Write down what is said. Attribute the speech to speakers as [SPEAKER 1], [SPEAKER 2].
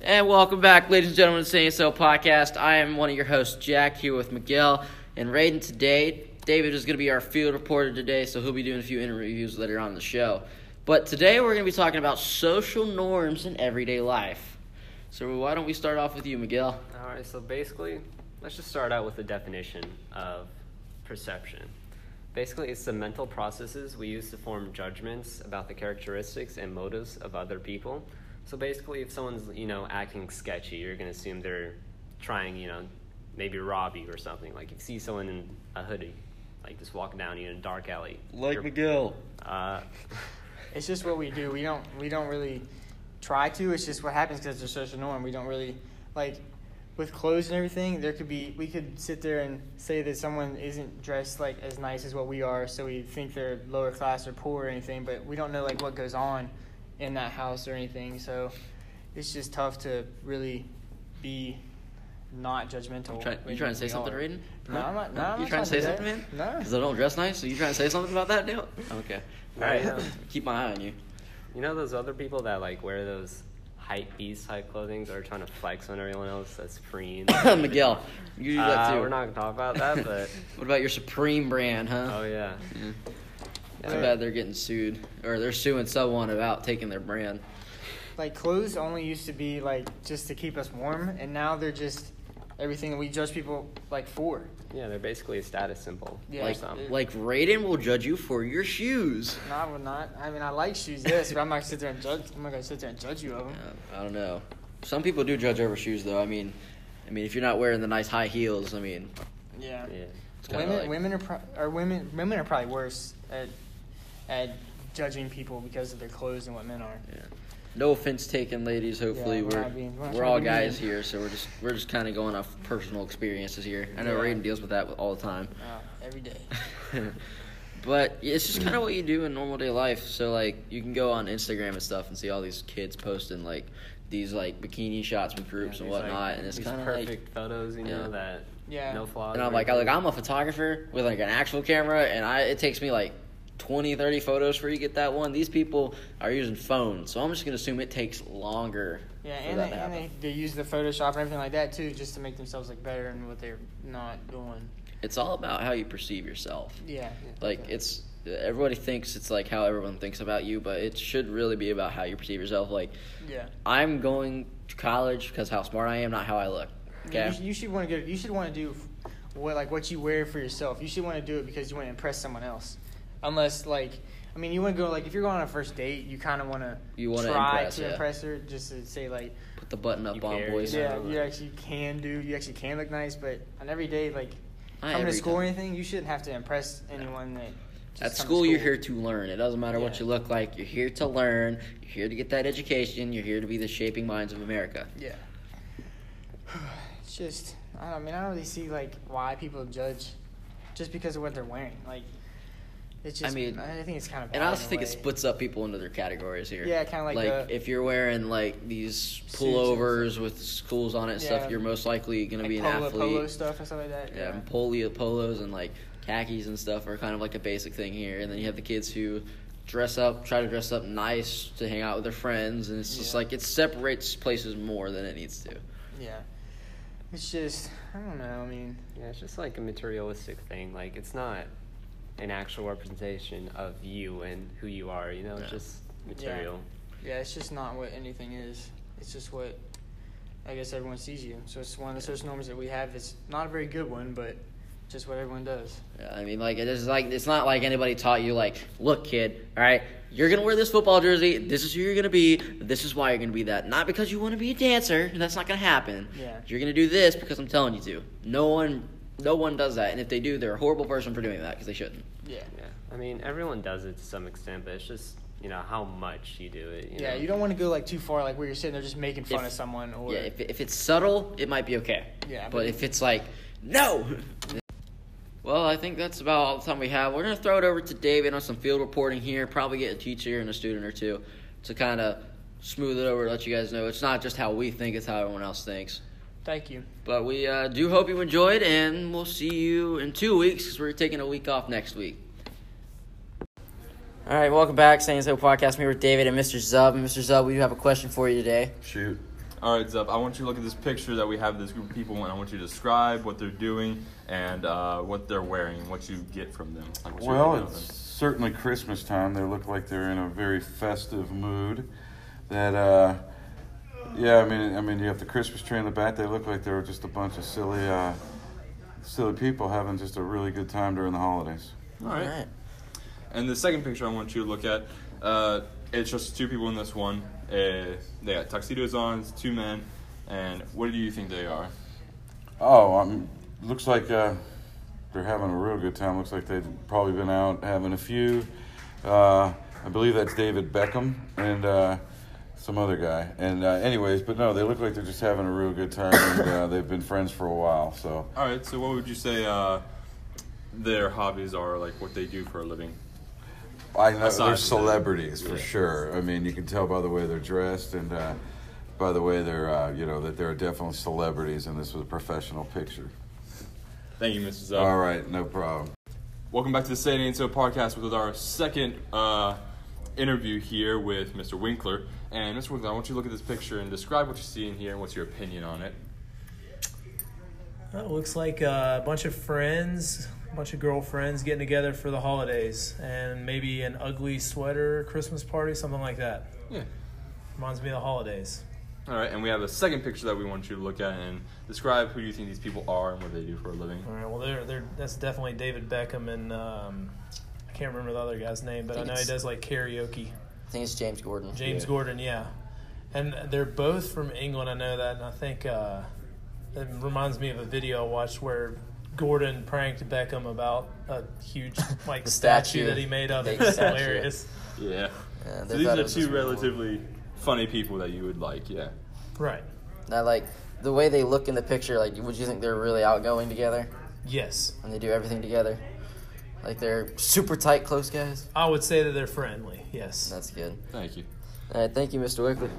[SPEAKER 1] And welcome back, ladies and gentlemen, to the Saying So podcast. I am one of your hosts, Jack, here with Miguel and Raiden today. David is going to be our field reporter today, so he'll be doing a few interviews later on in the show. But today we're going to be talking about social norms in everyday life. So why don't we start off with you, Miguel?
[SPEAKER 2] All right, so basically, let's just start out with the definition of perception. Basically, it's the mental processes we use to form judgments about the characteristics and motives of other people. So basically, if someone's, you know, acting sketchy, you're going to assume they're trying, you know, maybe rob you or something. Like, if you see someone in a hoodie, like just walking down you know, in a dark alley. you're-
[SPEAKER 1] Miguel.
[SPEAKER 2] Uh,
[SPEAKER 3] It's just what we do. We don't we don't really try to. It's just what happens because it's a social norm. We don't really like with clothes and everything. There could be we could sit there and say that someone isn't dressed like as nice as what we are, so we think they're lower class or poor or anything. But we don't know like what goes on in that house or anything. So it's just tough to really be not judgmental.
[SPEAKER 1] You trying, you
[SPEAKER 3] when
[SPEAKER 1] trying to say
[SPEAKER 3] we
[SPEAKER 1] something,
[SPEAKER 3] are.
[SPEAKER 1] Raiden?
[SPEAKER 3] No, I'm not- no, I'm
[SPEAKER 1] you trying
[SPEAKER 3] not trying
[SPEAKER 1] to say
[SPEAKER 3] to do
[SPEAKER 1] something, man?
[SPEAKER 3] that. No.
[SPEAKER 1] Because I don't dress nice. Are you trying to say something about that now? Okay.
[SPEAKER 2] All right.
[SPEAKER 3] um,
[SPEAKER 2] um,
[SPEAKER 1] Keep my eye on you.
[SPEAKER 2] you know those other people that, like, wear those hype beast type clothing that are trying to flex on everyone else? That's freeing.
[SPEAKER 1] Miguel, you do that
[SPEAKER 2] Uh,
[SPEAKER 1] too.
[SPEAKER 2] We're not gonna talk about that, but
[SPEAKER 1] what about your Supreme brand, huh?
[SPEAKER 2] oh yeah.
[SPEAKER 1] Yeah.
[SPEAKER 2] Yeah.
[SPEAKER 1] Too bad they're getting sued, or they're suing someone about taking their brand.
[SPEAKER 3] like clothes only used to be like just to keep us warm and now they're just everything we judge people like for
[SPEAKER 2] Yeah, they're basically a status symbol.
[SPEAKER 3] Yeah.
[SPEAKER 2] or
[SPEAKER 1] like,
[SPEAKER 2] something.
[SPEAKER 1] like Raiden will judge you for your shoes.
[SPEAKER 3] no i would not i mean i like shoes yes but i'm not gonna sit there and judge i'm not gonna sit there and judge you of
[SPEAKER 1] Uh,
[SPEAKER 3] them
[SPEAKER 1] I don't know. Some people do judge over shoes, though. I mean, I mean, if you're not wearing the nice high heels, I mean,
[SPEAKER 3] yeah,
[SPEAKER 2] yeah.
[SPEAKER 1] it's kinda
[SPEAKER 3] women
[SPEAKER 1] like-
[SPEAKER 3] women are pro- or women women are probably worse at at judging people because of their clothes and what men are
[SPEAKER 1] No offense taken, ladies. Hopefully,
[SPEAKER 3] Yeah, we're
[SPEAKER 1] we're
[SPEAKER 3] not being- we're
[SPEAKER 1] we're,
[SPEAKER 3] not
[SPEAKER 1] all
[SPEAKER 3] trying to be
[SPEAKER 1] guys
[SPEAKER 3] mean.
[SPEAKER 1] here, so we're just we're just kind of going off personal experiences here. I know
[SPEAKER 3] Yeah.
[SPEAKER 1] Raiden deals with that all the time.
[SPEAKER 3] uh, every day
[SPEAKER 1] but it's just kind of what you do in normal day life. So like you can go on Instagram and stuff and see all these kids posting like these like bikini shots with groups
[SPEAKER 2] Yeah,
[SPEAKER 1] and
[SPEAKER 2] these, like,
[SPEAKER 1] whatnot, and it's
[SPEAKER 2] these
[SPEAKER 1] kind of
[SPEAKER 2] perfect
[SPEAKER 1] like.
[SPEAKER 2] photos, you
[SPEAKER 1] Yeah.
[SPEAKER 2] know that.
[SPEAKER 3] Yeah.
[SPEAKER 2] No flaws.
[SPEAKER 1] And
[SPEAKER 2] or
[SPEAKER 1] I'm like, I, like
[SPEAKER 2] anything.
[SPEAKER 1] I'm a photographer with like an actual camera, and I it takes me like 20, 30 photos for you to get that one. These people are using phones, so I'm just gonna assume it takes longer.
[SPEAKER 3] yeah
[SPEAKER 1] for
[SPEAKER 3] and,
[SPEAKER 1] that
[SPEAKER 3] they,
[SPEAKER 1] to
[SPEAKER 3] and
[SPEAKER 1] happen.
[SPEAKER 3] they, they use the photoshop and everything like that too just to make themselves look better in what they're not doing
[SPEAKER 1] It's all about how you perceive yourself.
[SPEAKER 3] yeah, yeah.
[SPEAKER 1] Like it's everybody thinks it's like how everyone thinks about you, but it should really be about how you perceive yourself. Like
[SPEAKER 3] yeah
[SPEAKER 1] I'm going to college because how smart I am, not how I look. Okay.
[SPEAKER 3] You, sh- you should want to go. You should want to do f- what like what you wear for yourself. You should want to do it because you want to impress someone else. Unless like, I mean, you want to go like if you're going on a first date, you kind of want to
[SPEAKER 1] You wanna
[SPEAKER 3] try
[SPEAKER 1] impress,
[SPEAKER 3] to
[SPEAKER 1] yeah.
[SPEAKER 3] impress her just to say like,
[SPEAKER 1] Put the button up
[SPEAKER 2] You
[SPEAKER 1] on,
[SPEAKER 2] care,
[SPEAKER 1] boys.
[SPEAKER 2] So,
[SPEAKER 3] yeah,
[SPEAKER 2] like-
[SPEAKER 3] you actually can do. You actually can look nice, but on every day like
[SPEAKER 1] Not
[SPEAKER 3] coming
[SPEAKER 1] every
[SPEAKER 3] to school or
[SPEAKER 1] time.
[SPEAKER 3] anything, you shouldn't have to impress anyone that.
[SPEAKER 1] At
[SPEAKER 3] just come to
[SPEAKER 1] school, you're here to learn. It doesn't matter what
[SPEAKER 3] Yeah.
[SPEAKER 1] you look like. You're here to learn. You're here to get that education. You're here to be the shaping minds of America.
[SPEAKER 3] Yeah. It's just I don't I mean I don't really see like why people judge just because of what they're wearing. Like it's
[SPEAKER 1] I
[SPEAKER 3] just I
[SPEAKER 1] mean-
[SPEAKER 3] mean I think it's kind of
[SPEAKER 1] And I
[SPEAKER 3] bad
[SPEAKER 1] also
[SPEAKER 3] in a
[SPEAKER 1] think it
[SPEAKER 3] way.
[SPEAKER 1] splits up people into their categories here.
[SPEAKER 3] Yeah, kinda like the-
[SPEAKER 1] if you're wearing like these
[SPEAKER 3] Suits and
[SPEAKER 1] pullovers with schools on it and
[SPEAKER 3] Yeah.
[SPEAKER 1] stuff, you're most likely gonna
[SPEAKER 3] like
[SPEAKER 1] be an
[SPEAKER 3] polo,
[SPEAKER 1] athlete.
[SPEAKER 3] polo stuff and stuff like that.
[SPEAKER 1] yeah,
[SPEAKER 3] Yeah.
[SPEAKER 1] and polio polos and like khakis and stuff are kind of like a basic thing here. And then you have the kids who dress up, try to dress up nice to hang out with their friends, and it's just
[SPEAKER 3] Yeah.
[SPEAKER 1] like it separates places more than it needs to.
[SPEAKER 3] Yeah. It's just I don't know, I mean
[SPEAKER 2] Yeah, it's just like a materialistic thing. Like it's not an actual representation of you and who you are. You know, it's
[SPEAKER 1] Yeah.
[SPEAKER 2] just material.
[SPEAKER 3] yeah, it's just not what anything is. It's just what I guess everyone sees you. So it's one of the social norms that we have that's not a very good one, but just what everyone does.
[SPEAKER 1] Yeah, I mean, like it's like it's not like anybody taught you like, look, kid, all right, you're gonna wear this football jersey. This is who you're gonna be. This is why you're gonna be that. Not because you want to be a dancer. That's not gonna happen.
[SPEAKER 3] Yeah.
[SPEAKER 1] You're gonna do this because I'm telling you to. No one, no one does that. And if they do, they're a horrible person for doing that because they shouldn't.
[SPEAKER 3] Yeah.
[SPEAKER 2] Yeah. I mean, everyone does it to some extent, but it's just you know how much you do it. You
[SPEAKER 3] Yeah,
[SPEAKER 2] know?
[SPEAKER 3] you don't want to go like too far, like where you're sitting there just making fun
[SPEAKER 1] If-
[SPEAKER 3] of someone or
[SPEAKER 1] Yeah, if, if it's subtle, it might be okay.
[SPEAKER 3] Yeah,
[SPEAKER 1] But
[SPEAKER 3] but-
[SPEAKER 1] if it's like, no! Well, I think that's about all the time we have. We're going to throw it over to David on some field reporting here, probably get a teacher and a student or two to kind of smooth it over, let you guys know it's not just how we think, it's how everyone else thinks.
[SPEAKER 3] Thank you.
[SPEAKER 1] But we uh, do hope you enjoyed, and we'll see you in two weeks because we're taking a week off next week. All right, welcome back, Saying So Podcast. I'm here with David and Mr. Zub. Mr. Zub, we do have a question for you today.
[SPEAKER 4] Shoot. All right, Zeph, I want you to look at this picture that we have of this group of people, and I want you to describe what they're doing and uh, what they're wearing, what you get from them. Like what you
[SPEAKER 5] Well,
[SPEAKER 4] get out of
[SPEAKER 5] it's
[SPEAKER 4] them.
[SPEAKER 5] certainly Christmas time. They look like they're in a very festive mood. That, uh, yeah, I mean, I mean, you have the Christmas tree in the back. They look like they were just a bunch of silly, uh, silly people having just a really good time during the holidays.
[SPEAKER 4] All right. And the second picture I want you to look at, uh, it's just two people in this one. Uh, they got tuxedos on, it's two men, and what do you think they are?
[SPEAKER 5] Oh, um, looks like uh, they're having a real good time. Looks like they've probably been out having a few. Uh, I believe that's David Beckham and uh, some other guy. And uh, anyways, but no, they look like they're just having a real good time. And, uh, they've been friends for a while, so
[SPEAKER 4] All right, so what would you say uh, their hobbies are, like what they do for a living?
[SPEAKER 5] I know
[SPEAKER 4] Aside
[SPEAKER 5] they're
[SPEAKER 4] from
[SPEAKER 5] celebrities
[SPEAKER 4] that.
[SPEAKER 5] for
[SPEAKER 4] Yeah.
[SPEAKER 5] sure. I mean, you can tell by the way they're dressed and uh, by the way they're uh, you know that they're definitely celebrities, and this was a professional picture.
[SPEAKER 4] Thank you, Mrs. Zeph.
[SPEAKER 5] All right, no problem.
[SPEAKER 4] Welcome back to the Sadie and So podcast with our second uh, interview here with Mr. Winkler. And Mr. Winkler, I want you to look at this picture and describe what you see in here and what's your opinion on it.
[SPEAKER 6] Well, it looks like uh, a bunch of friends, a bunch of girlfriends getting together for the holidays, and maybe an ugly sweater Christmas party, something like that.
[SPEAKER 4] Yeah.
[SPEAKER 6] Reminds me of the holidays.
[SPEAKER 4] All right, and we have a second picture that we want you to look at and describe who you think these people are and what they do for a living.
[SPEAKER 6] All right, well, they're, they're, that's definitely David Beckham and um, I can't remember the other guy's name, but I,
[SPEAKER 1] think
[SPEAKER 6] know he
[SPEAKER 1] it's-
[SPEAKER 6] does like karaoke.
[SPEAKER 1] I think it's James Gordon.
[SPEAKER 6] James
[SPEAKER 4] Yeah.
[SPEAKER 6] Gordon, yeah. And they're both from England, I know that, and I think uh, it reminds me of a video I watched where Gordon pranked Beckham about a huge like
[SPEAKER 1] The
[SPEAKER 6] statue.
[SPEAKER 1] statue.
[SPEAKER 6] that he made of him.
[SPEAKER 1] Big
[SPEAKER 6] It's
[SPEAKER 1] statue.
[SPEAKER 6] hilarious.
[SPEAKER 4] Yeah.
[SPEAKER 1] Yeah, they
[SPEAKER 4] so these
[SPEAKER 1] thought it
[SPEAKER 4] are
[SPEAKER 1] was
[SPEAKER 4] two
[SPEAKER 1] just-
[SPEAKER 4] relatively funny people that you would like, yeah.
[SPEAKER 6] Right.
[SPEAKER 1] Now, like the way they look in the picture, like would you think they're really outgoing together
[SPEAKER 6] Yes.
[SPEAKER 1] and they do everything together? Like they're super tight, close guys.
[SPEAKER 6] I would say that they're friendly. Yes.
[SPEAKER 1] That's good.
[SPEAKER 4] Thank you.
[SPEAKER 1] All right, thank you, Mr. Wickler.